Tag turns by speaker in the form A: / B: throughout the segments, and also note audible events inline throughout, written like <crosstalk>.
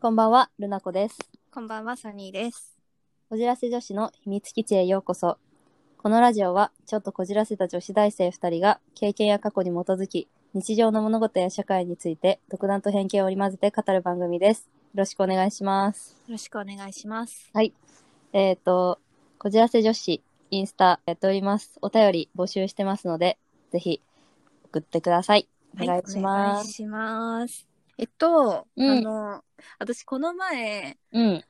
A: こんばんは、ルナコです。
B: こんばんは、サニーです。
A: こじらせ女子の秘密基地へようこそ。このラジオは、ちょっとこじらせた女子大生2人が、経験や過去に基づき、日常の物事や社会について、独断と偏見を織り交ぜて語る番組です。よろしくお願いします。
B: よろしくお願いします。
A: えっ、と、こじらせ女子、インスタやっております。お便り募集してますので、ぜひ、送ってください。お願いし
B: はいお
A: ま
B: 願い
A: す。
B: します。えっと、
A: うん
B: あの、私この前、
A: うん。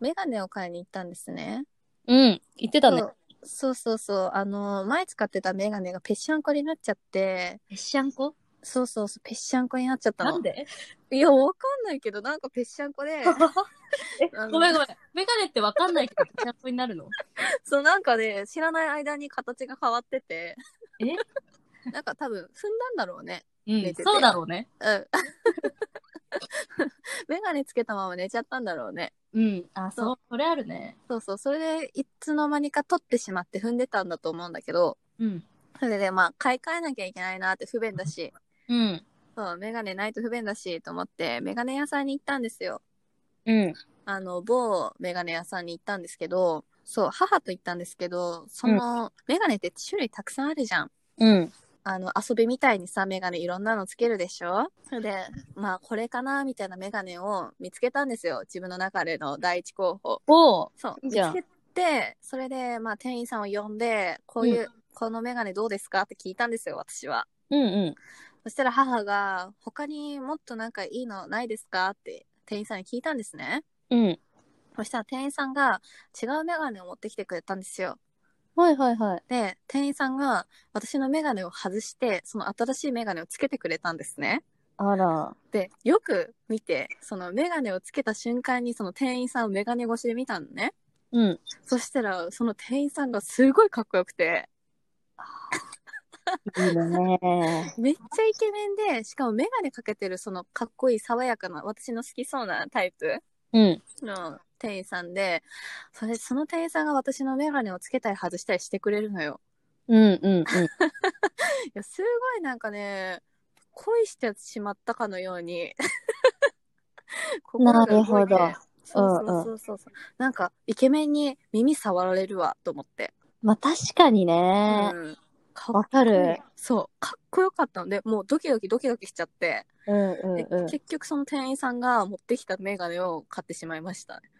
B: メガネを買いに行ったんですね。
A: うん。言ってたね
B: そ。うそうそうそう。あの、前使ってたメガネがぺっしゃんこになっちゃって、
A: ペッシャンコ
B: そうそうそう、ぺっしゃんこになっちゃったの。
A: なんで
B: いや、わかんないけど、なんかぺっしゃんこで、
A: <laughs> え
B: あ
A: <laughs>
B: の
A: ごめんごめん。メガネってわかんないけど、ペッシャンコになるの
B: そう、なんかね、知らない間に形が変わってて、 <laughs> なんか多分、踏んだんだろうね。
A: うん
B: 寝てて
A: そうだろうね。
B: うん。 <laughs> メガネつけたまま寝ちゃったんだろうね。
A: うん。あ、
B: そ
A: そう、それあるね。
B: そうそう、それでいつの間にか取ってしまって踏んでたんだと思うんだけど、
A: うん。
B: それでまあ買い替えなきゃいけないなって不便だし、
A: うん。
B: そう、メガネないと不便だしと思って、メガネ屋さんに行ったんですよ。
A: うん。
B: あの、某メガネ屋さんに行ったんですけど、そう、母と行ったんですけど、その、メガネって種類たくさんあるじゃん。
A: うん。
B: あの、遊びみたいにさ、メガネいろんなのつけるでしょそれで、まあ、これかな、みたいなメガネを見つけたんですよ。自分の中での第一候補。
A: おう。
B: そう。
A: いい
B: 見
A: じゃん
B: つけて、それで、まあ、店員さんを呼んで、こういう、このメガネどうですかって聞いたんですよ、私は。
A: うんうん。
B: そしたら母が、他にもっとなんかいいのないですかって店員さんに聞いたんですね。
A: うん。
B: そしたら店員さんが違うメガネを持ってきてくれたんですよ。
A: はいはいはい。
B: で、店員さんが私のメガネを外して、その新しいメガネをつけてくれたんですね。
A: あら。
B: で、よく見て、そのメガネをつけた瞬間にその店員さんをメガネ越しで見たのね。
A: うん。
B: そしたら、その店員さんがすごいかっこよくて、
A: いいね。
B: めっちゃイケメンで、しかもメガネかけてるそのかっこいい爽やかな、私の好きそうなタイプ
A: うん。
B: の店員さんで、それ、その店員さんが私のメガネをつけたり外したりしてくれるのよ。
A: うんうん
B: いや、すごいなんかね、恋してしまったかのように。 <laughs> 心が動いて
A: なるほど
B: そうそうそうそう。なんか、イケメンに耳触られるわ、と思って。
A: まあ確かに
B: う
A: ね。
B: ん。かっ
A: わか
B: こいい
A: る。
B: そう。かっこよかったので、もうドキドキドキドキしちゃって。
A: うんうん
B: で
A: うん。
B: 結局その店員さんが持ってきたメガネを買ってしまいましたね。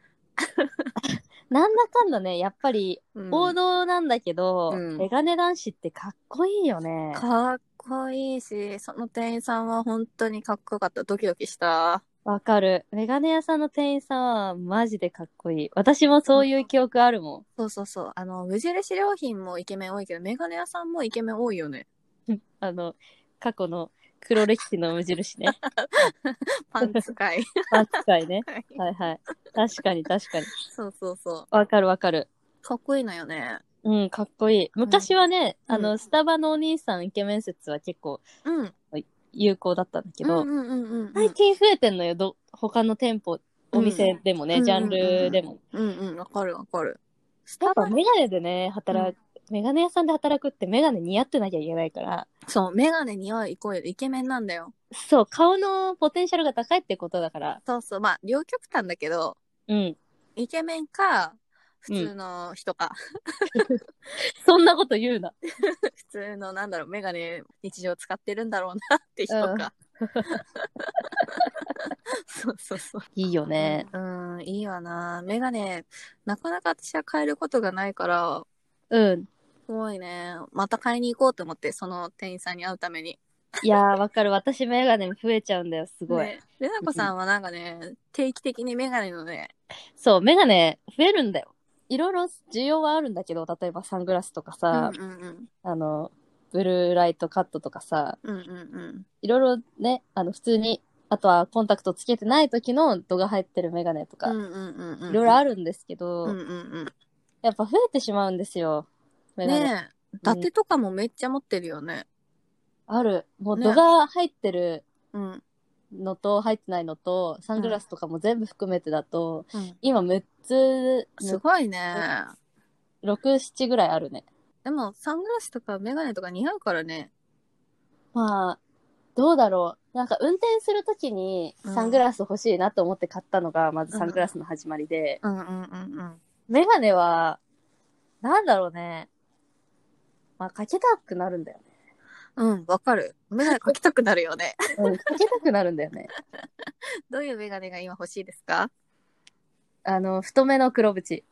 A: なんだかんだね、やっぱり
B: うん
A: 王道なんだけど、
B: うん
A: メガネ男子ってかっこいいよね。
B: かっこいいし、その店員さんは本当にかっこよかった。ドキドキした。
A: わかる。メガネ屋さんの店員さんはマジでかっこいい。私もそういう記憶あるもん。
B: そうそうそう。あの、無印良品もイケメン多いけど、メガネ屋さんもイケメン多いよね。
A: あの、過去の黒歴史の無印ね。
B: パンツか
A: <laughs>
B: い。
A: 扱いね。はいはい。確かに確かに。
B: そうそうそ
A: わかるわかる。
B: う。かっこいいのよね。
A: うん、かっこいい。昔はね、
B: うん
A: あの、スタバのお兄さんイケメン説は結構
B: うん。
A: 有効だったんだけ
B: うん
A: ど、
B: うんうんうん。
A: 最近増えてんのよ、ど、他の店舗、お店でもね、
B: うん
A: ジャンルでも。
B: うんうん。わかるわかる。ス
A: やっ
B: タ
A: ぱ
B: バ
A: メガネでね、働く、メガネ屋さんで働くってメガネ似合ってなきゃいけないから、
B: そう、メガネ似合うイコールイケメンなんだよ。
A: そう、顔のポテンシャルが高いってことだから、
B: そうそう。まあ、両極端だけど、
A: うん。
B: イケメンか、普通の人か、
A: そんなこと言うな。
B: 普通のなんだろう、メガネ日常使ってるんだろうなって人か。
A: <laughs>
B: <laughs> そうそうそう。
A: いいよね。
B: うん、いいわな。メガネ、なかなか私は買えることがないから、
A: うん。
B: すごいね。また買いに行こうと思って、その店員さんに会うために。
A: いやー、わかる。私メガネ増えちゃうんだよ、すごい。
B: ねれなこさんはなんかね、定期的にメガネのね、
A: そう、メガネ増えるんだよ。いろいろ需要はあるんだけど、例えばサングラスとか
B: うん
A: さ、
B: うんうん。
A: あの、ブルーライトカットとかさ、
B: うんうんうん。
A: いろいろね、あの、普通に、あとはコンタクトつけてない時の度が入ってるメガネとか、
B: うんうんうんうん。
A: いろいろ
B: あ
A: あるんですけど、
B: うんうん
A: やっぱ増えてしまうんですよ、
B: う
A: メ
B: ん。
A: ガネ。
B: ねえ。伊達とかもめっちゃ持ってるよね。
A: ある。もう
B: ね
A: 度が入ってる
B: うん。
A: のと入ってないのと、サングラスとかも全部含めてだと、
B: うん
A: 今6つ、
B: すごいね。
A: 6、7ぐらいあるね。
B: でも、サングラスとかメガネとか似合うからね。
A: まあ、どうだろう。なんか運転するときに
B: うん
A: サングラス欲しいなと思って買ったのが、まずサングラスの始まりで、
B: うんうんうん
A: メガネは、なんだろうね。まあ、かけたくなるんだよね。
B: うん。うん、わかる。メガネかけたくなるよね。 <laughs>
A: うん、 <laughs> かけたくなるんだよね。
B: どういうメガネが今欲しいですか
A: あの、太めの黒縁。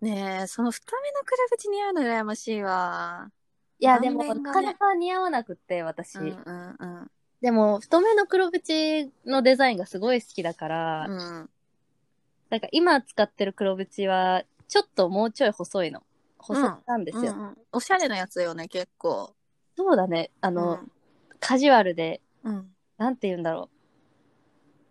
B: ねえ、その太めの黒縁似合うの羨ましいわ。
A: いや、でも、
B: 顔面
A: な
B: が
A: か
B: ね
A: なか似合わなくって、私。
B: うんうんうん。
A: でも、太めの黒縁のデザインがすごい好きだから、
B: うん、
A: なんか今使ってる黒縁は、ちょっともうちょい細いの。細なんですよ。
B: うんうんおしゃれなやつよね、結構。
A: そうだね。あ
B: あ
A: の、、カジュアルで、
B: うん。うん
A: なんて言うんだろう。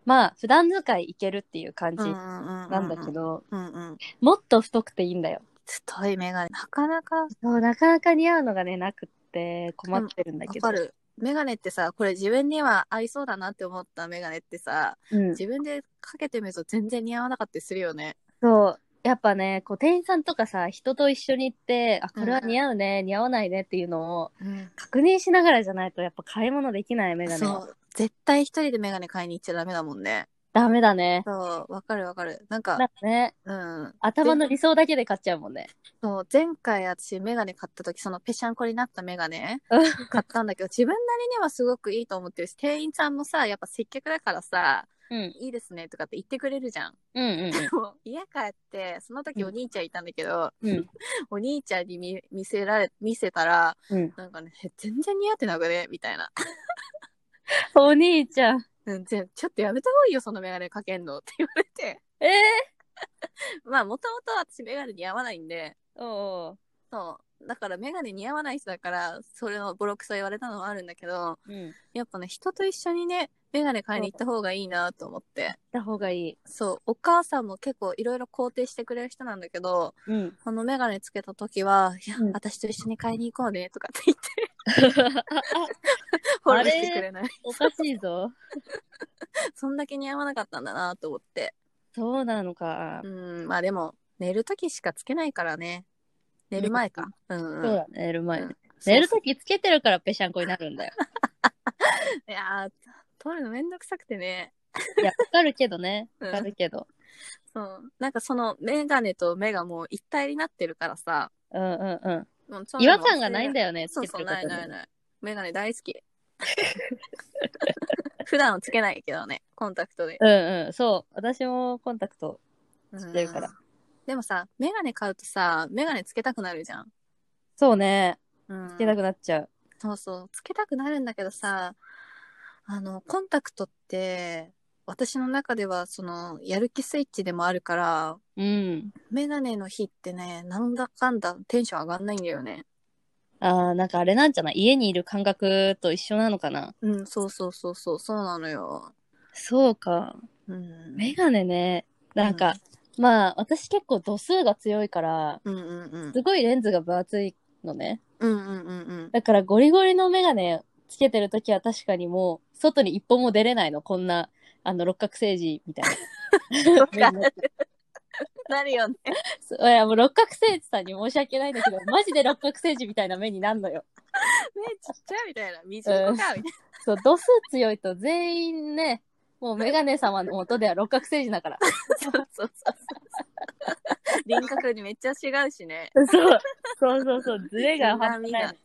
A: まあ、普段使いいけるっていう感じ
B: うんう
A: なんんだけ。ど、
B: うんうん。
A: もっと太くていいんだよ。
B: 太いメガネ。なかなかわ
A: そう、なかなか似合うのがね、なくって困ってるんだけど。
B: かる。メガネってさ、これ自分には合いそうだなって思ったメガネってさ、
A: うん。
B: 自分でかけてみると全然似合わなかったりするよね。
A: そう。やっぱね、こう、店員さんとかさ、人と一緒に行って、あ、これは似合うね、似合わないねっていうのを
B: うん。
A: 確認しながらじゃないと、やっぱ買い物できないメガネ
B: そ
A: は。
B: う。絶対一人でメガネ買いに行っちゃダメだもんね。
A: ダメだね。
B: そう、わかるわかる。なんか、
A: なんかね、
B: うん。
A: 頭の理想だけで買っちゃうもんね。
B: そう、前回私メガネ買った時、そのペシャンコになったメガネ
A: う
B: 買ったんだけど、自分なりにはすごくいいと思ってるし、店員さんもさ、やっぱ接客だからさ、
A: うん。
B: いいですねとかって言ってくれるじゃん。
A: うんうん
B: でも家帰って、その時お兄ちゃんいたんだけど、
A: うん。うん。
B: お兄ちゃんに見見せられ、見せたら、 <laughs>
A: うん。
B: なんかね、え全然似合ってなくねみたいな。
A: お兄ちゃん。
B: うん、ぜんちょっとやめた方がいいよ、そのメガネかけんのって言われて。
A: ええ
B: まあ、もともと私メガネ似合わないんで、
A: おう
B: そう。だからメガネ似合わない人だから、それをボロクソ言われたのはあるんだけ
A: お
B: ど、
A: う。うん。
B: やっぱね、人と一緒にね、メガネ買いに行った方がいいなと思って。
A: た方がいい。
B: そう、お母さんも結構いろいろ肯定してくれる人なんだけど、
A: うん。
B: このメガネつけた時は、いや
A: うん、
B: 私と一緒に買いに行こうね、とかって言って、フォロ
A: あ
B: ー
A: れ
B: してくれない。 <laughs>
A: <laughs> おかしいぞ。
B: そんだけ似合わなかったんだなと思って。
A: そうなのか。
B: うん、まあでも、寝る時しかつけないからね。寝る前か。うん、うん。
A: そうだね、寝る前ね
B: うん
A: 寝るときつけてるからぺしゃんこになるん
B: <laughs>
A: だよ。
B: いやー、撮るのめんどくさくてね。
A: いや、わかるけどね。
B: うん
A: わかるけど。
B: そう。なんかそのメガネと目がもう一体になってるからさ。
A: うんうんう
B: もうそ
A: ん。違和感がないん
B: よ。
A: だよね、つ
B: そう
A: けて
B: そう、
A: ること
B: ない
A: に
B: ないない。メガネ大
A: <laughs>
B: 好き。普段はつけないけどね、コンタクトで。
A: うんうん、そう。私もコンタクト。
B: つ
A: ってるから。
B: でもさ、メガネ買うとさ、メガネつけたくなるじゃん。
A: そうね。
B: うん、
A: つけたくなっちゃう。
B: そうそう、つけたくなるんだけどさ、あの、コンタクトって、私の中では、その、やる気スイッチでもあるから、
A: うん。
B: メガネの日ってね、なんだかんだテンション上がんないんだよね。
A: あーなんかあれなんじゃない家にいる感覚と一緒なのかな
B: うん、そうそうそうそう、そうなのよ。
A: そうか。
B: うん。
A: メガネね。なんか、まあ、私結構度数が強いから、
B: うんうんうん。
A: すごいレンズが分厚いのね。
B: うんうんうんうん。
A: だからゴリゴリのメガネつけてるときは確かにもう、外に一歩も出れないの。こんな、あの、六角星人みたい
B: わ
A: な
B: か。るなるよ <laughs> ね。
A: そういや、もう六角星人さんに申し訳ないんだけど、マジで六角星人みたいな目になんのよ。
B: 目ちっちゃいみたいな。みじんこかみたい
A: そう、度数強いと全員ね、もうメガネ様の元では六角星人だから。
B: な。 <laughs> そうそうそうそう。輪郭にめっちゃ違うしね。
A: そう、そうそうそう、ズレが半端
B: み
A: ない
B: が
A: の。。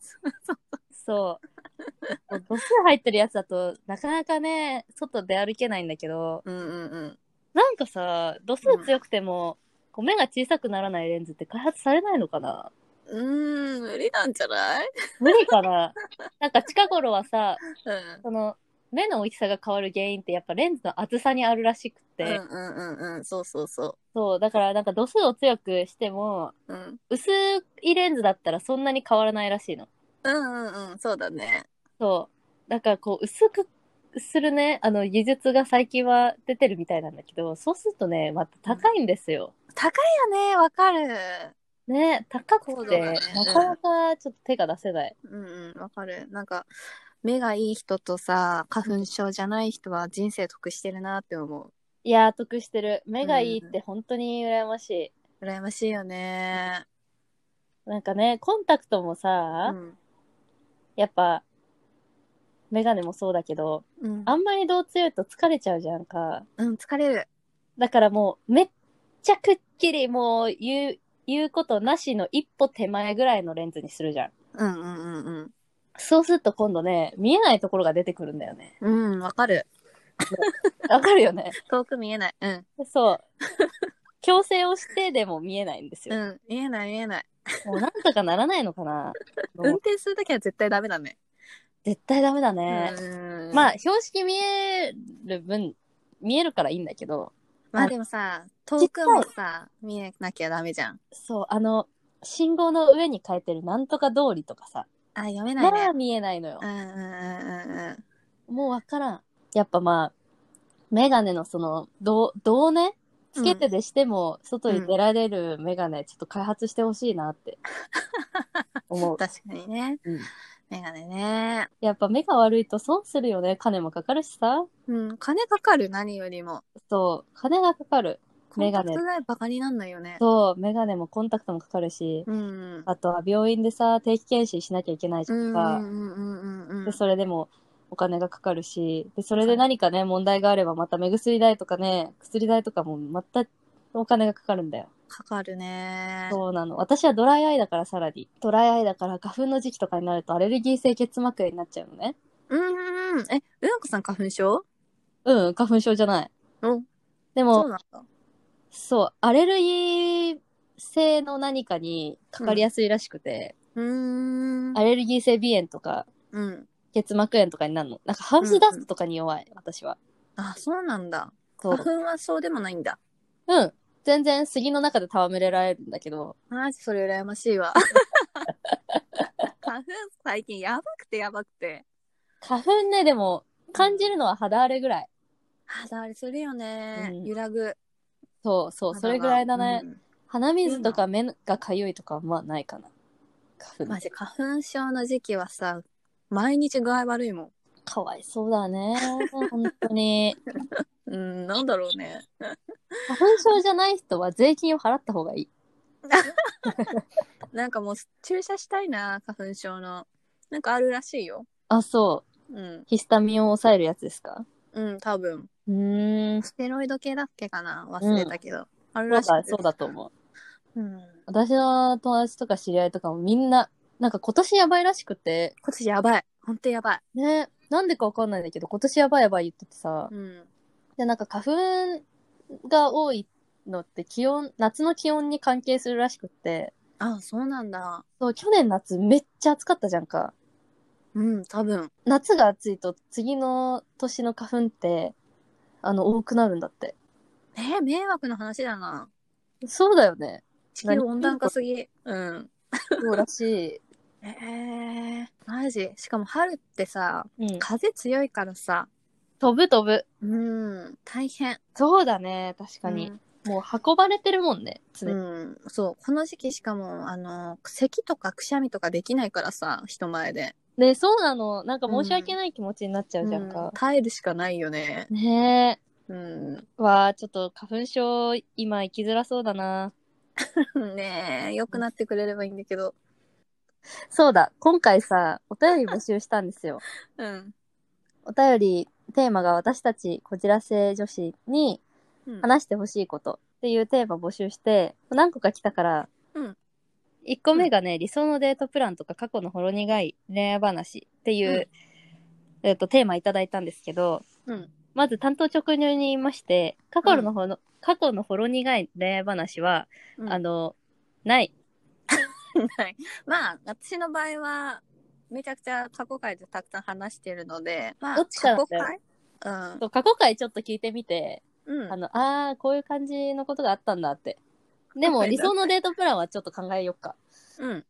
A: そう。もう度数入ってるやつだと、なかなかね、外出歩けないんだけど、
B: うんうんうん。
A: なんかさ、度数強くても、こう目が小さくならないレンズって開発されないのかな
B: うーん、無理なんじゃない
A: 無理か
B: <laughs>
A: ななんか近頃はさ、
B: うん。
A: その目の大きさが変わる原因ってやっぱレンズの厚さにあるらしく
B: う
A: て、
B: んうんうんうん。そうそうそ
A: そうだからなんか度数を強くしても
B: う。うん。
A: 薄いレンズだったらそんなに変わらないらしいの
B: うんうんうん。そうだね。
A: そうだからこう薄くするねあの技術が最近は出てるみたいなんだけどそうするとねまた高いんですよ、
B: 高いよね。わかる。
A: ね高
B: そう
A: く
B: だ
A: て、
B: ね
A: なかなかちょっと手が出せない
B: うんうん。わかる。なんか、目がいい人とさ、花粉症じゃない人は人生得してるなって思
A: いやー得してる目がいいって本当に羨ましい、
B: う。羨ましいよね。
A: なんかねコンタクトもさ、
B: うん。
A: やっぱ、メガネもそうだけど、
B: うん、
A: あんまり度強いと疲れちゃうじゃんか。
B: うん、疲れる。
A: だからもう、めっちゃくっきりもう言う、言うことなしの一歩手前ぐらいのレンズにするじゃん。
B: うんうんうん
A: そうすると今度ね、見えないところが出てくるんだよね。
B: うん。うん、わかる。
A: わかるよ <laughs> ね。
B: 遠く見えない。うん。
A: そう。強制をしてでも見えないんです
B: う
A: よ。
B: ん、見えない見えない。
A: もうなんとかならないのかな
B: 運転するときは絶対ダメだね。
A: 絶対ダメだね。
B: うん
A: まあ、標識見える分、見えるからいいんだけど、
B: まあでもさ、遠くもさ、見えなきゃダメじゃん。
A: そう、あの、信号の上に書いてるなんとか通りとかさ、
B: あ、読めな
A: ま
B: いね
A: あ。見えないのよ
B: う。んうんうんうんうん。
A: もうわからん。やっぱまあ、メガネのその、どう、どうねつけてでしても、外に出られるメガネ、ちょっと開発してほしいなって、思う。
B: 確かにね。
A: うん
B: メガネね。
A: やっぱ目が悪いと損するよね。金もかかるしさ。
B: うん、金かかる、何よりも。
A: そう、金がかかる。
B: コ
A: メ
B: ン
A: ガ
B: タ
A: ネ
B: クト代バカになんないよね。
A: そう、メガネもコンタクトもかかるし、
B: うん。
A: あとは病院でさ、定期検診しなきゃいけないじ
B: う
A: ゃ
B: ん
A: ん
B: う
A: か。
B: んうんうんうんう
A: で、
B: ん。
A: それでもお金がかかるし、で、それで何かね、問題があればまた目薬代とかね、薬代とかもまたお金がかかるんだよ。
B: かかるね。
A: そうなの。私はドライアイだからさらに。ドライアイだから花粉の時期とかになるとアレルギー性結膜炎になっちゃうのね。
B: うんうんうん。え、うなこさん花粉症
A: うん、花粉症じゃない。
B: うん。
A: でも、
B: そうなんだ。
A: そう、アレルギー性の何かにかかりやすいらしくて、
B: うーん。
A: アレルギー性鼻炎とか、
B: うん。
A: 結膜炎とかになるの。なんかハウスダストとかに弱い、私は。
B: あ、そうなんだ。
A: そ
B: 花
A: う。
B: 粉はそうでもないんだ。
A: うん。全然杉の中で戯れられるんだけど、
B: マジそれ羨ましいわ。花粉最近やばくてやばくて。
A: 花粉ね、でも、感じるのは肌荒れぐらい。
B: 肌荒れするよね。
A: うん
B: 揺らぐ。
A: そうそう、それぐらいだね。鼻水とか目がかゆいとかはまあないかな。花
B: うん。
A: 粉
B: マ。ジ花粉症の時期はさ、毎日具合悪いも
A: かわいそうだね。本当に。
B: ん。うん、なんだろうね。
A: 花粉症じゃない人は税金を払った方がいい。
B: なんかもう注射したいな、花粉症の。なんかあるらしいよ。
A: あ、そう。
B: うん。
A: ヒスタミンを抑えるやつですか
B: うん、多分。
A: うーん。
B: ステロイド系だっけかな忘れたけど。あ
A: そ
B: る
A: う
B: らしい
A: だ、
B: です
A: そうだと思う。
B: うん。
A: 私の友達とか知り合いとかもみんな、なんか今年やばいらしくて、
B: 今年やばい。本当やばい。
A: ね、なんでかわかんないんだけど、今年やばいやばい言っててさ、
B: うん。
A: で、なんか花粉が多いのって気温、夏の気温に関係するらしくって、
B: あ、そうなんだ。
A: そう、去年夏めっちゃ暑かったじゃんか。
B: うん、多分。
A: 夏が暑いと次の年の花粉って、あの、多くなるんだって。
B: えー迷惑な話だな。
A: そうだよね。
B: 地球温暖化すぎ。うん。
A: そうらし
B: えー、マジ。しかも春ってさ、
A: い。 <laughs> うん。
B: 風強いからさ、
A: 飛ぶ飛ぶ。
B: うん、大変。
A: そうだね、確かに。もう運ばれてるもんね、常に。
B: うん、うん、そう、この時期しかも、あの、咳とかくしゃみとかできないからさ、人前で。
A: ねそうなの。なんか申し訳ない気持ちになっちゃうじゃん
B: うん
A: か。
B: 耐えるしかないよね。
A: ね
B: うん。 <laughs>
A: え。わあ、ちょっと花粉症、今生きづらそうだな。
B: ねえ、良くなってくれればいいんだけど。
A: そうだ、今回さ、お便り募集したんですよ。 <laughs>
B: うん。
A: お便り、テーマが私たちこじらせ女子に
B: うん
A: 話してほしいことっていうテーマ募集して、何個か来たから、
B: うん
A: 1個目がね、理想のデートプランとか過去のほろ苦い恋愛話っていう、えっと、テーマいただいたんですけど、
B: うん。
A: まず担当直入に言いまして、過去のほの、過去のほろ苦い恋愛話は、
B: うん
A: あの、ない。
B: はい。まあ、私の場合は、めちゃくちゃ過去回でたくさん話してるので、まあ、
A: どっちかだ
B: 過
A: っ
B: 去
A: たよ
B: 回うん。
A: そう過去回ちょっと聞いてみて、
B: うん
A: あの、あー、こういう感じのことがあったんだって。でも、
B: は
A: <laughs>
B: い
A: 理想のデートプランはちょっと考えよっか。
B: うん。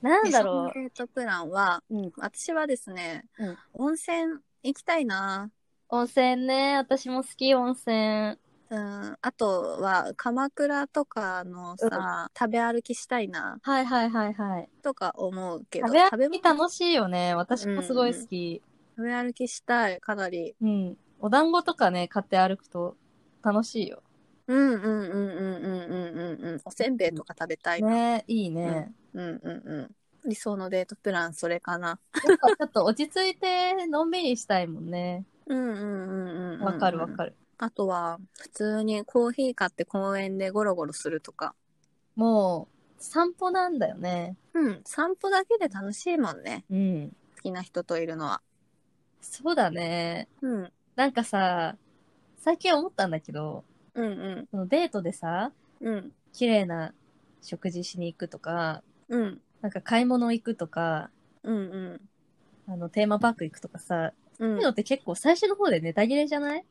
A: なん
B: 理
A: だ
B: 想の
A: ろ
B: デートプランは、
A: う。うん。
B: 私はですね、
A: うん
B: 温泉行きたいな。
A: 温泉ね。私も好き、温泉。
B: うん。あとは、鎌倉とかのさ、食べ歩きしたいな、
A: はいはいはいはい。
B: とか思うけど、
A: 食べ歩
B: 食べ
A: き
B: 物
A: 楽しいよね。私もすごい好き。
B: 食べ歩きしたい、かなり。
A: うん、お団子とかね、買って歩くと楽しいよ。
B: うんうんうんうんうんうんうんうん。おせんべいとか食べたいな。
A: ねいいね。
B: うんうんうん。理想のデートプラン、それかな。
A: なんかちょっと落ち着いて、のんびりしたいもんね。
B: うんうんうんうん。
A: わかるわか
B: る。
A: る。
B: あとは、普通にコーヒー買って公園でゴロゴロするとか。
A: もう、散歩なんだよね。
B: うん、散歩だけで楽しいもんね。
A: うん。
B: 好きな人といるのは。
A: そうだね。
B: うん、うん
A: なんかさ、最近思ったんだけど、
B: うん、
A: そのデートでさ、
B: うん、
A: 綺麗な食事しに行くとか、
B: うん、
A: なんか買い物行くとか、
B: うん、うん、
A: あの、テーマパーク行くとかさ、
B: う
A: そうんいうのって結構最初の方でネタ切れじゃない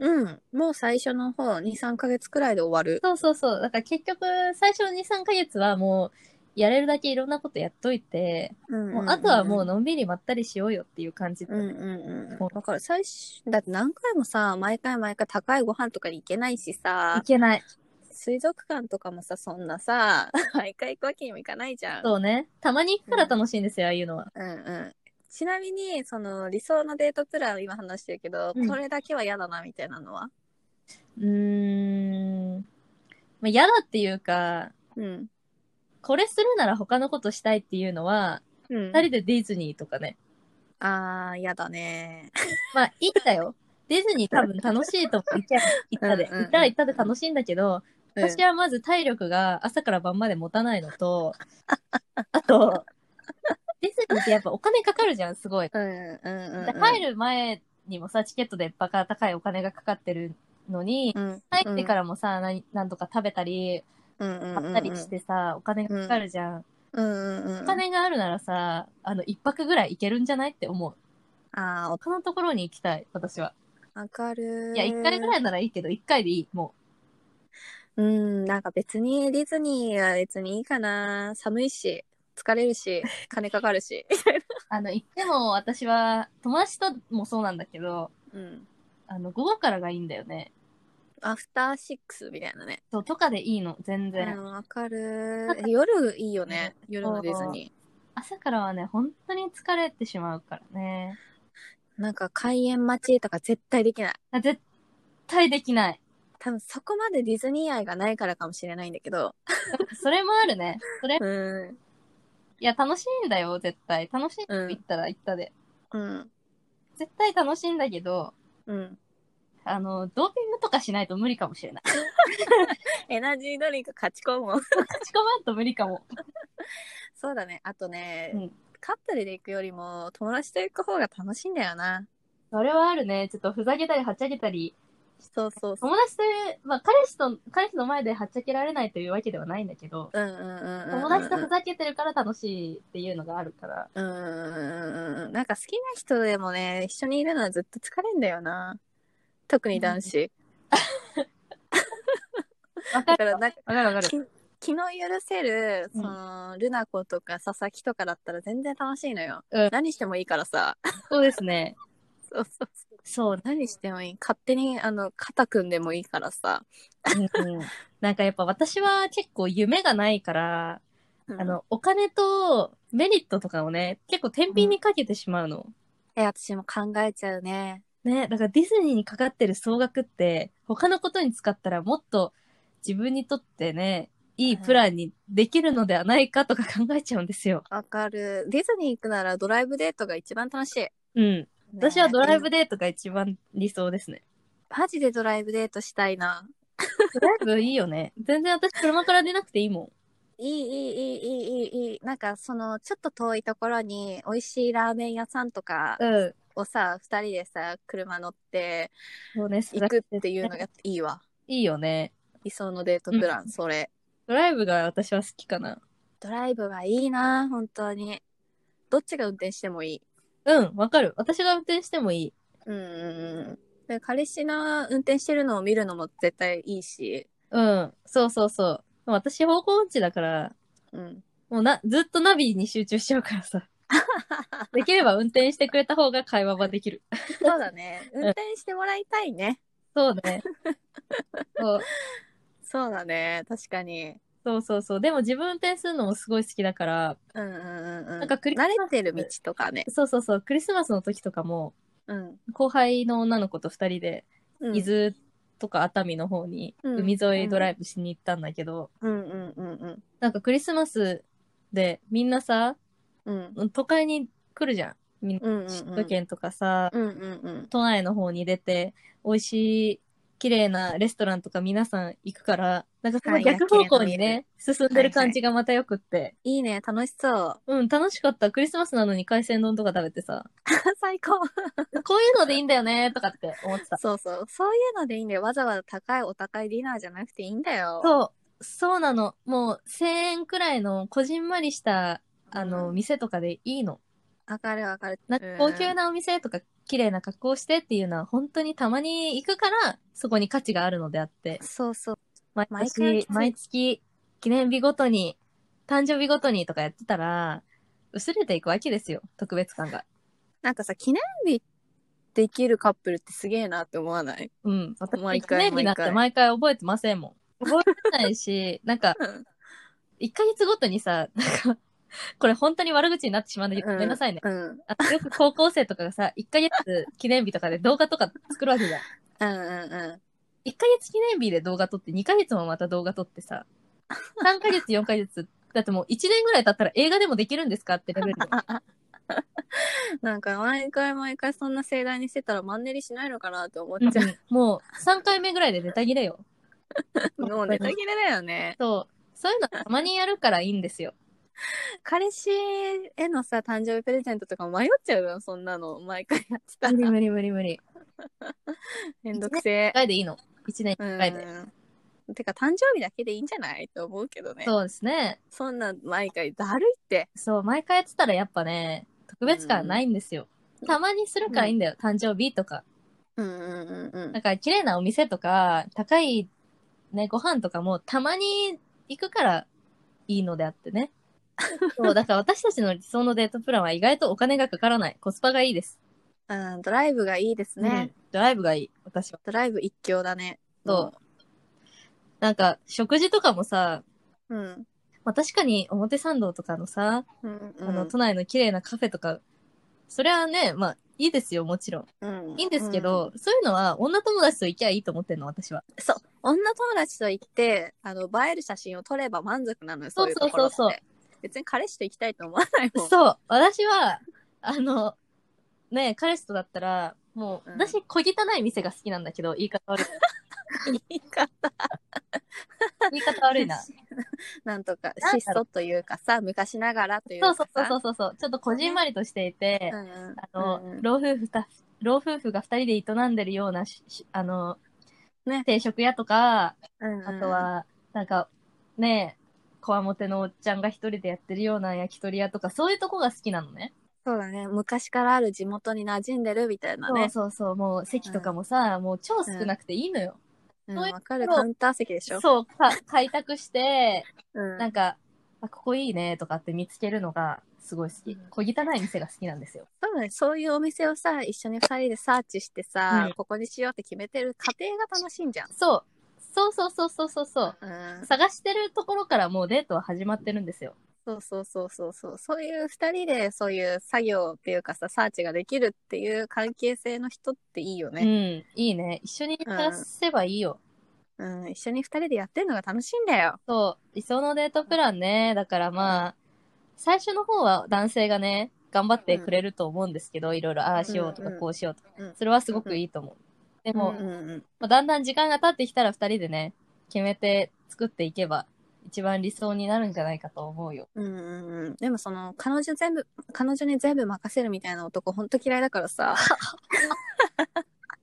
B: うん、もう最初の方、2、3ヶ月くらいで終わる。
A: そうそうそう。だから結局、最初の2、3ヶ月はもう、やれるだけいろんなことやっといて、も
B: も
A: うあとはもう、のんびりまったりしようよっていう感じだ
B: うん
A: ね、
B: うんうん。わかる。最初、だって何回もさ、毎回毎回高いご飯とかに行けないし
A: い
B: さ、
A: けない。
B: 水族館とかもさ、そんなさ、 <laughs> 毎回行くわけにもいかないじゃん。
A: そうね。たまに行くから楽しいんですよ、ああいうのは。
B: うんうん。ちなみに、その理想のデートプランを今話してるけど、
A: うん
B: これだけは嫌だなみたいなのは。
A: うーん。まあ、嫌だっていうか、
B: うん。
A: これするなら他のことしたいっていうのは、
B: うん
A: 二人でディズニーとかね。
B: あー、嫌だね。
A: まあ、いいんだよ。ディズニー多分楽しいと思う。行きゃ行ったで。
B: うんうんうん
A: 行ったら行ったで楽しいんだけど、私はまず体力が朝から晩まで持たないの
B: <laughs>
A: と、あと、ディズニーってやっぱお金かかるじゃん、すごい。
B: うんうんうんうん。
A: 入
B: る。
A: る前にもさ、チケットでバカ高いお金がかかってるのに、
B: うん。
A: 入ってからもさ、何何とか食べたり、
B: うんうんうんうん。
A: 買ったりしてさ、お金がかかるじゃん。
B: うんうんうん。
A: お金があるならさ、あの、一泊ぐらい行けるんじゃないって思う。
B: あー、
A: 他のところに行きたい、私は。
B: わかる。
A: いや、一回ぐらいならいいけど、一回でいい、も
B: うん、なんか別にディズニーは別にいいかな。寒いし、疲れ
A: <laughs>
B: るし、金かかるし。
A: う。あの、行っても私は、友達ともそうなんだけど、
B: うん。
A: あの、午後からがいいんだよね。
B: アフターシックスみたいなね。
A: そう、とかでいいの、全
B: う
A: 然。
B: ん、わかる。夜いいよね。夜のディズニ
A: 朝からはね、本当に疲れてしまうからね。
B: ー。なんか開園待ちとか絶対できない。
A: あ絶対できない。
B: 多分そこまでディズニー愛がないからかもしれないんだけど。
A: それもあるね。それ、
B: うん。
A: いや、楽しいんだよ、絶対。楽しい。
B: うん
A: 行ったら行ったで。
B: うん。
A: 絶対楽しいんだけど、
B: うん。
A: あの、ドーピングとかしないと無理かもしれない。 <laughs>
B: エナジードリンク勝ち込む。
A: 打ち込まんと無理かも。
B: <laughs> そうだね。あとね、
A: うん。
B: カップルで行くよりも友達と行く方が楽しいんだよな。
A: それはあるね。ちょっとふざけたりはっちゃけたり。
B: そうそうそう。
A: 友達という、まあ、彼氏と、彼氏の前ではっちゃけられないというわけではないんだけど、
B: うんうんうんうんうん。
A: 友達とふざけてるから楽しいっていうのがあるから。
B: うんうんうんうんなんか好きな人でもね、一緒にいるのはずっと疲れんだよな。特に男子。
A: わかる。
B: だからなんか、
A: わかるわかる。
B: き気の許せる、
A: うん
B: その、ルナ子とか佐々木とかだったら全然楽しいのよ。
A: うん
B: 何してもいいからさ。 <laughs>
A: そうですね。
B: そうそうそう。
A: そう。
B: 何してもいい。勝手に、あの、肩組んでもいいからさ。
A: なんかやっぱ私は結構夢がないから、
B: うん
A: あ、の、お金とメリットとかをね、結構天秤にかけてしまうの。
B: え、私も考えちゃうね。
A: ね、だからディズニーにかかってる総額って、他のことに使ったらもっと自分にとってね、いいプランにできるのではないかとか考えちゃうんですよ。
B: わかる。ディズニー行くならドライブデートが一番楽しい。ね
A: うん。私はドライブデートが一番理想ですね。
B: マジでドライブデートしたいな。
A: ドライブいいよね。全然私車から出なくていいもん。
B: いいいいいいいいいいいいなんかそのちょっと遠いところに美味しいラーメン屋さんとか
A: うん。
B: をさ、二人でさ車乗って
A: そうね、
B: 行くっていうのがいいわ
A: いいよね。
B: <laughs> 理想のデートプラン、それ
A: ドライブが私は好きかな。
B: ドライブがいいな本当にどっちが運転してもいい
A: うん、わかる。私が運転してもいい。
B: うんうんうんで彼氏の運転してるのを見るのも絶対いいし
A: うん、そうそうそう。でも私方向音痴だから、
B: うん
A: もうな、ずっとナビに集中しちゃうからさ。 <laughs> できれば運転してくれた方が会話はできる。
B: そうだね運転してもらいたいね
A: そう <laughs> ね。そう
B: そうだね確かに
A: そうそうそう。でも自分運転するのもすごい好きだから、
B: うんうんうんうん
A: なんかクリスマ
B: 慣
A: ス
B: れてる道とかね
A: そうそうそう、クリスマスの時とかも、
B: うん
A: 後輩の女の子と二人で、
B: うん
A: 伊豆とか熱海の方に、
B: うん
A: 海沿いドライブしに行ったんだけど、
B: うんうんうんうん
A: なんかクリスマスでみんなさ、
B: うん。
A: 都会に来るじゃん。みんな
B: うんうんうん。
A: 首都圏とかさ、
B: うんうん
A: 都内の方に出て、美味しい、綺麗なレストランとか皆さん行くから、なんかその
B: はい
A: 逆方向に
B: 夜景
A: ね、進んでる感じがまたよくって。
B: いいね、楽しそう。 <laughs>
A: うん、楽しかった。クリスマスなのに海鮮丼とか食べてさ、
B: 最高。
A: こういうのでいいんだよね、とかって思ってた。
B: そうそう。そういうのでいいんだよ。わざわざ高いお高いディナーじゃなくていいんだよ。う。
A: そう、そうなの。もう1000円くらいのこじんまりした、あの、
B: うん
A: 店とかでいいの。
B: わかるわかる。
A: なんか高級なお店とか綺麗な格好をしてっていうのは本当にたまに行くからそこに価値があるのであって
B: うん。そうそう。
A: 毎
B: 毎回
A: 年
B: き、つい
A: 毎月記念日ごとに、誕生日ごとにとかやってたら、薄れていくわけですよ、特別感が。
B: なんかさ、記念日できるカップルってすげえなって思わない
A: うん。私、
B: 毎
A: 記
B: 回
A: 念日なんて毎回覚えてませんもん。覚えてないし、なんか、
B: うん。
A: 1ヶ月ごとにさ、なんか、これ本当に悪口になってしまうんだけど、
B: うん
A: ごめんなさいね。
B: うん。
A: あよく高校生とかがさ、1ヶ月記念日とかで動画とか作るわけじゃん。
B: うんうんう
A: 1ヶ月記念日で動画撮って、2ヶ月もまた動画撮ってさ、3ヶ月、4ヶ月、だってもう1年ぐらい経ったら映画でもできるんですかってレベルよ。
B: ん。なんか毎回毎回そんな盛大にしてたらマンネリしないのかなって思っちゃう。
A: もう3回目ぐらいでネタ切れよ。
B: もうネタ切れだよね。
A: そう。そういうのたまにやるからいいんですよ。
B: 彼氏へのさ、誕生日プレゼントとか迷っちゃうよ、そんなの。毎回やってたら。
A: 無理無理無理。
B: めんどくせ
A: 1回でいいの。1年
B: え。
A: 1回で。
B: うん。てか、誕生日だけでいいんじゃないと思うけどね。
A: そうですね。
B: そんなん毎回だるいって。
A: そう、毎回やってたらやっぱね、特別感ないんですよ。たまにするからいいんだよ。誕生日とか。
B: うんうんうんうん
A: なんか綺麗なお店とか、高いね、ご飯とかもたまに行くからいいのであって
B: <laughs>
A: ね。そう、だから私たちの理想のデートプランは意外とお金がかからない。コスパがいいです。
B: うん。ドライブがいいですね。
A: うん。ドライブがいい、私は。
B: ドライブ一強だね。
A: そなんか、食事とかもさ、
B: う。うん。
A: まあ確かに表参道とかのさ、
B: うん、
A: あの、都内の綺麗なカフェとか、それはね、まあ、いいですよ、もちろん。
B: うん
A: いいんですけど、そういうのは女友達と行きゃいいと思ってんの、私は。
B: そう。女友達と行って、あの、映える写真を撮れば満足なのよ、
A: そう
B: そういうところって。
A: そうそう
B: 別に彼氏と行きたいと思わないもん。
A: そう、私は、あの、ね、彼氏とだったら、もう、
B: うん
A: 私、小汚い店が好きなんだけど、言い方
B: <laughs>
A: 悪い。
B: 言い方。
A: 言い方悪いな。そ
B: <laughs> なんとか、
A: なん
B: 質素というかさ、昔ながらという
A: う
B: か
A: そ
B: さ。
A: うそうそうそう。ちょっとこじんまりとしていて、
B: うんうん。
A: あの、
B: うんうん
A: 老夫婦ふた、老夫婦が二人で営んでるようなし、しあの、
B: ね
A: 定食屋とか、
B: うんうん
A: あと、は、なんか、ね、こわもてのおっちゃんが一人でやってるような焼き鳥屋とか、そういうとこが好きなのね。
B: そうだね。昔からある地元に馴染んでるみたいな
A: そう
B: ね。
A: そうそう、もう席とかもさ、もう超少なくていいのよ。
B: う
A: そうい
B: ん、
A: う
B: わかる。
A: ところ
B: カウンター席でしょ。
A: そう、か <laughs> 開拓して、
B: うん
A: なんか、あ、ここいいねとかって見つけるのがすごい好き。小汚い店が好きなんですよ。
B: 多分そういうお店をさ、一緒に二人でサーチしてさ、
A: うん
B: ここにしようって決めてる過程が楽しいんじゃん。
A: そう。そうそうそうそうそうそう。
B: うん。
A: 探してるところからもうデートは始まってるんですよ。
B: そうそうそうそうそう。そういう二人でそういう作業っていうかさ、サーチができるっていう関係性の人っていいよ
A: う
B: ね。
A: ん。いいね。一緒に探せばいいよ。
B: うん。一緒に二人でやってるのが楽しいんだよ。
A: そう。理想のデートプランね。だからまあ、最初の方は男性がね、頑張ってくれると思うんですけど、いろいろああしようとか
B: うん
A: こうしようとか。
B: うん
A: それはすごくいいと思う。でも、
B: うんうんうん。
A: まあ、だんだん時間が経ってきたら二人でね、決めて作っていけば、一番理想になるんじゃないかと思うよ。
B: うんうんうん、でもその彼女全部彼女に全部任せるみたいな男ほんと嫌いだからさ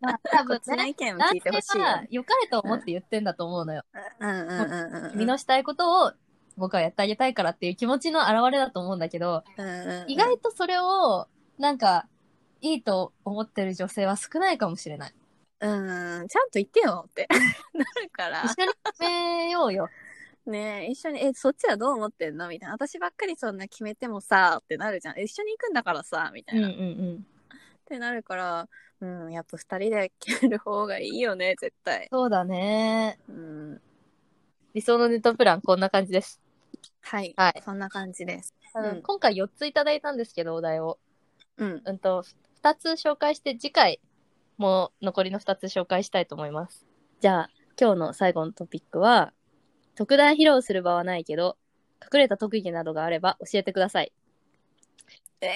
A: まあ、多
B: こ
A: 分
B: っちの
A: ね、
B: 意見を
A: 男
B: 聞いてほしい
A: 性
B: よ
A: は
B: ね。
A: 良かれと思って言ってんだと思うのよ。
B: うんうんうんうん
A: 君のしたいことを僕はやってあげたいからっていう気持ちの表れだと思うんだけど、
B: うんうんうん
A: 意外とそれを、なんか、いいと思ってる女性は少ないかもしれない。
B: うんちゃんと言ってよって <laughs> なるから
A: 一緒に決めようよ。
B: ねえ一緒に「えそっちはどう思ってんの?」みたいな私ばっかりそんな決めてもさってなるじゃんえ一緒に行くんだからさみ
A: <laughs>
B: た
A: う
B: い
A: んう
B: な、
A: んう
B: っ
A: ん。
B: てなるから、うん、やっぱ二人で決める方がいいよね絶対、
A: そうだね。
B: うん、
A: 理想のネットプランこんな感じです。
B: はい、
A: はい
B: そんな感じですうん
A: 今回4ついただいたんですけど、お題を。
B: うん
A: うんと、2つ紹介して、次回も残りの2つ紹介したいと思います。じゃあ、今日の最後のトピックは、特段披露する場はないけど、隠れた特技などがあれば教えてください。
B: え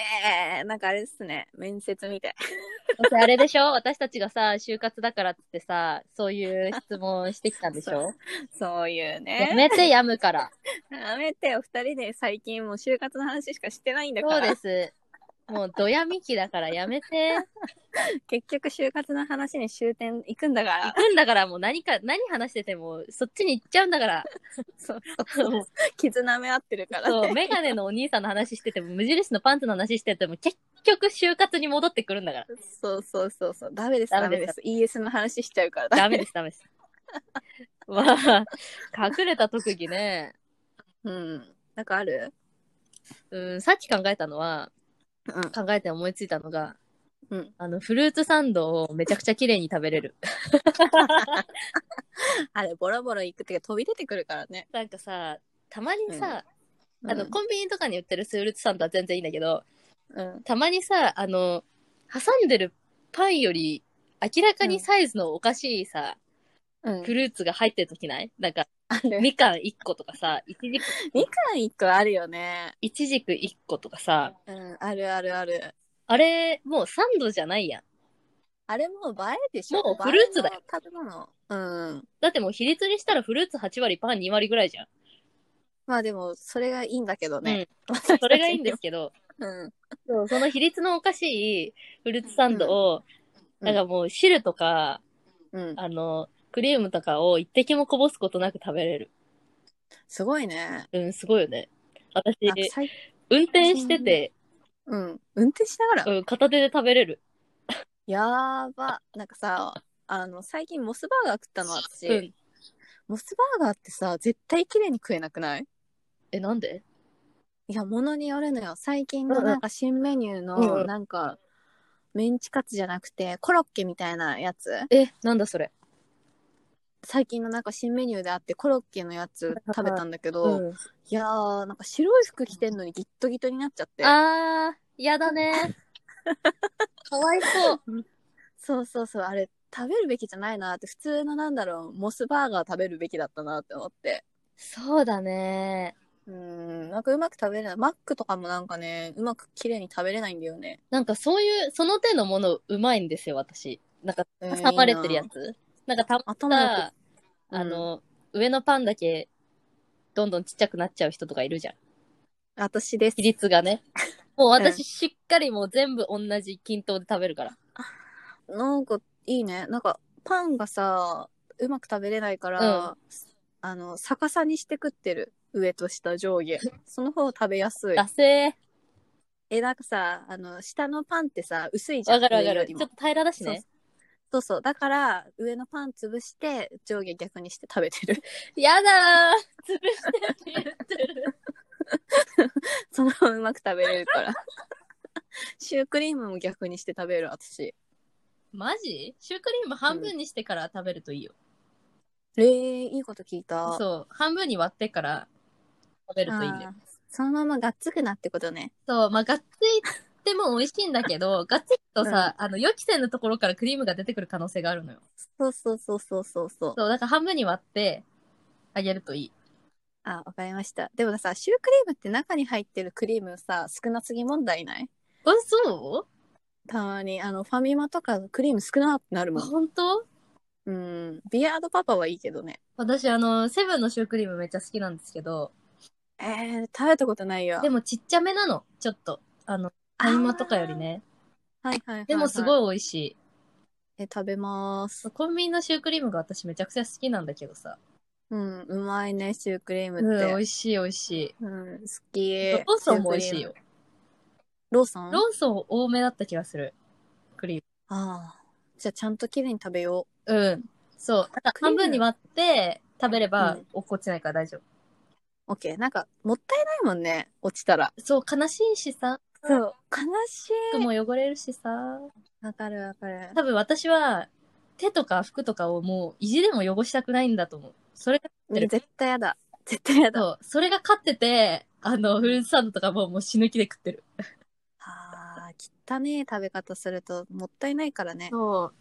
B: えなんかあれですね。面接みたい。 <laughs>
A: どうせあれでしょ私たちがさ、就活だからっつってさ、そういう質問してきたんでしょ
B: <laughs> そういう
A: や
B: ね。
A: めてやむから。
B: やめてよ、二人で最近もう就活の話しかしてないんだか
A: そう
B: ら。
A: です。もう、どやみきだからやめて。
B: 結局就活の話に終点行くんだか
A: 行
B: ら。
A: くんだから、もう何か、何話してても、そっちに行っちゃうんだから。
B: そうそうそう。 <laughs> 絆め合ってるから
A: そう、
B: ね。
A: メガネのお兄さんの話してても、無印のパンツの話してても、結局就活に戻ってくるん
B: <laughs>
A: だから。
B: そうそうそうそう。ダメです、
A: ダ
B: ダ
A: メ
B: メ
A: で
B: ですす。ES の話しちゃうから。
A: ダメです、ダメです。まあ、隠れた特技ね。
B: <laughs> うん。なんかある
A: うん、さっき考えたのは、
B: うん。
A: 考えて思いついたのが、
B: うん
A: あの、フルーツサンドをめちゃくちゃ綺麗に食べれる。
B: あれ、ボロボロ行くっていうか飛び出てくるからね。
A: なんかさ、たまにさ、あの、
B: うん
A: コンビニとかに売ってるフルーツサンドは全然いいんだけど、
B: うん。
A: たまにさ、あの、挟んでるパンより、明らかにサイズのおかしいさ、
B: うん
A: フルーツが入ってるときないなんか、
B: ある。
A: <laughs> みかん1個とかさ、いちじく、
B: みかん一個あるよね。
A: いちじく1個とかさ、
B: うん、あるあるある。
A: あれ、もうサンドじゃないやん。
B: あれもう映えでしょ
A: もうフルーツだよ。
B: 映えの食べ物。うん。
A: だってもう比率にしたらフルーツ8割、パン2割ぐらいじゃん。
B: まあでも、それがいいんだけどね。
A: それがいいんですけど、
B: うん。
A: そうその比率のおかしいフルーツサンドを、
B: うん
A: なんかもう汁とか、
B: うん。
A: あの、クリームとかを一滴もこぼすことなく食べれる。
B: すごいね。
A: うん、すごいよね。私、
B: あさい
A: 運転してて、
B: うん。運転しながら。
A: うん、片手で食べれる。
B: やーば。なんかさ、あの、最近モスバーガー食ったの私。
A: うん。
B: モスバーガーってさ、絶対綺麗に食えなくない
A: え、なんで
B: いや、ものによるのよ。最近
A: うん
B: の
A: うん
B: なんか新メニュー
A: うんう
B: の、
A: ん
B: なんか、メンチカツじゃなくて、コロッケみたいなやつ。
A: え、なんだそれ。
B: 最近のなんか新メニューであって、コロッケのやつ食べたんだけど、
A: うん。
B: いやー、なんか白い服着てんのにギットギトになっちゃって。
A: あー、やだ <laughs> ね。かわいそう。
B: そうそうそう、あれ、食べるべきじゃないなって、普通のなんだろう、モスバーガー食べるべきだったなって思って。
A: そうだね。
B: うーん、なんかうまく食べれない。マックとかもなんかね、うまく綺麗に食べれないんだよね。
A: なんかそういう、その手のものうまいんですよ、私。なんか、
B: えー
A: 挟まれてるやつ。なんかた
B: 頭
A: ま
B: の
A: た、あの、上のパンだけ、どんどんちっちゃくなっちゃう人とかいるじゃん。
B: 私です
A: 比。率が
B: <laughs>
A: ね。もう私、しっかりもう全部同じ均等で食べるから。
B: なんかいいね。なんかパンがさ、うまく食べれないから、あの、逆さにして食ってる。上と下上下。その方食べやすい
A: ダ。セ
B: え、なんかさ、あの、下のパンってさ、薄いじ
A: ー。
B: ゃん。
A: わかるわか
B: 上よ
A: る。
B: り
A: ちょ
B: も
A: っと平らだしね。
B: そうそう。だから、上のパン潰して、上下逆にして食べてる。
A: やだー。潰してって言ってる。
B: そのままうまく食べれる
A: <laughs>
B: から。シュークリームも逆にして食べる、私。
A: マジシュークリーム半分にしてから食べるといいよ。
B: えー、いいこと聞いた。う。
A: そう。半分に割ってから食べるといいんだよ。
B: そのままがっつくなってことね。
A: そう、まあ、がっついても美味しいんだけ
B: <laughs>
A: ど、がっついとさ、あの、予期せぬところからクリームが出てくる可能性があるのよ。
B: そうそうそうそうそうそう。
A: そう、だから半分に割って、あげるといい。
B: あ、わかりました。でもさ、シュークリームって中に入ってるクリームさ、少なすぎ問題ない
A: あ、そ
B: たまに、あの、ファミマとかのクリーム少なってなる
A: う
B: もん。
A: 本当
B: うん。ビアードパパはいいけどね。
A: 私、あの、セブンのシュークリームめっちゃ好きなんですけど、
B: えー、食べたことないよ。
A: で
B: も、
A: もちっちゃめなの、ちょっと。あの、ファミマとかより。ね。
B: はいはいはい、はい。
A: でもす
B: い。
A: ごい美味しい。
B: え、食べます。
A: コンビニのシュークリームが私めちゃくちゃ好きなんだけどさ。
B: うん、うまいね、シュークリーム
A: うん、
B: っ
A: 美
B: て。
A: 味しい美味しい。
B: うん、好き。
A: ローソンも美味しいよ。。
B: ローソン
A: ローソン多めだった気がする。クリーム。
B: ああ。じゃあ、ちゃんと綺麗に食べよ
A: うん。そう。だから
B: クリー
A: 半
B: ム
A: 分に割って食べれば
B: うん
A: 落っこちないから大丈夫。
B: う。オッケー。なんか、もったいないもんね、落ちたら。
A: そう、悲しいしさ、
B: そう。悲し
A: 服も汚れるしさ。
B: い。わかるわかる。
A: 多分私は手とか服とかをもう意地でも汚したくないんだと思う。それが、
B: うん絶対やだ。絶対やだ。
A: そうそれが勝ってて、あの、フルーツサンドとかももう死ぬ気で食ってる。
B: ああ、汚ねえ食べ方すると、もったいないからね。
A: そう。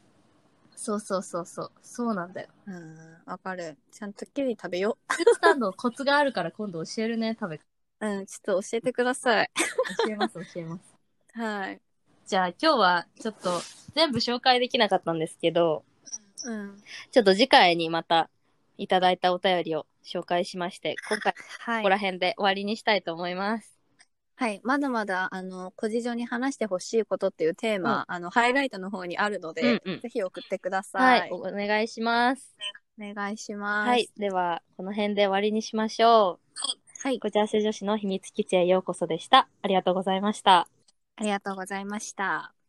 A: そうそうそうそう。そうなんだよ。
B: うん、わかる。ちゃんと綺麗に食べよ
A: フルーツサンドコツがあるから今度教えるね、食べ
B: うん、ちょっと教えてください。
A: 教えます、教えます。
B: はい。
A: <laughs> じゃあ今日はちょっと全部紹介できなかったんですけど、
B: うん。
A: ちょっと次回にまたいただいたお便りを紹介しまして、今回こ
B: はい
A: こ。ら辺で終わりにしたいと思います。
B: はい。まだまだ、あの、小事情に話してほしいことっていうテーマ、あの、ハイライトの方にあるので、
A: うんうん
B: ぜひ送ってくださ。
A: はいい、おお願いします。
B: お願いします。
A: はい、。ではこの辺で終わりにしましょ
B: は
A: う。
B: い。
A: こちらせ女子の秘密基地へようこそでした。ありがとうございました。
B: ありがとうございました。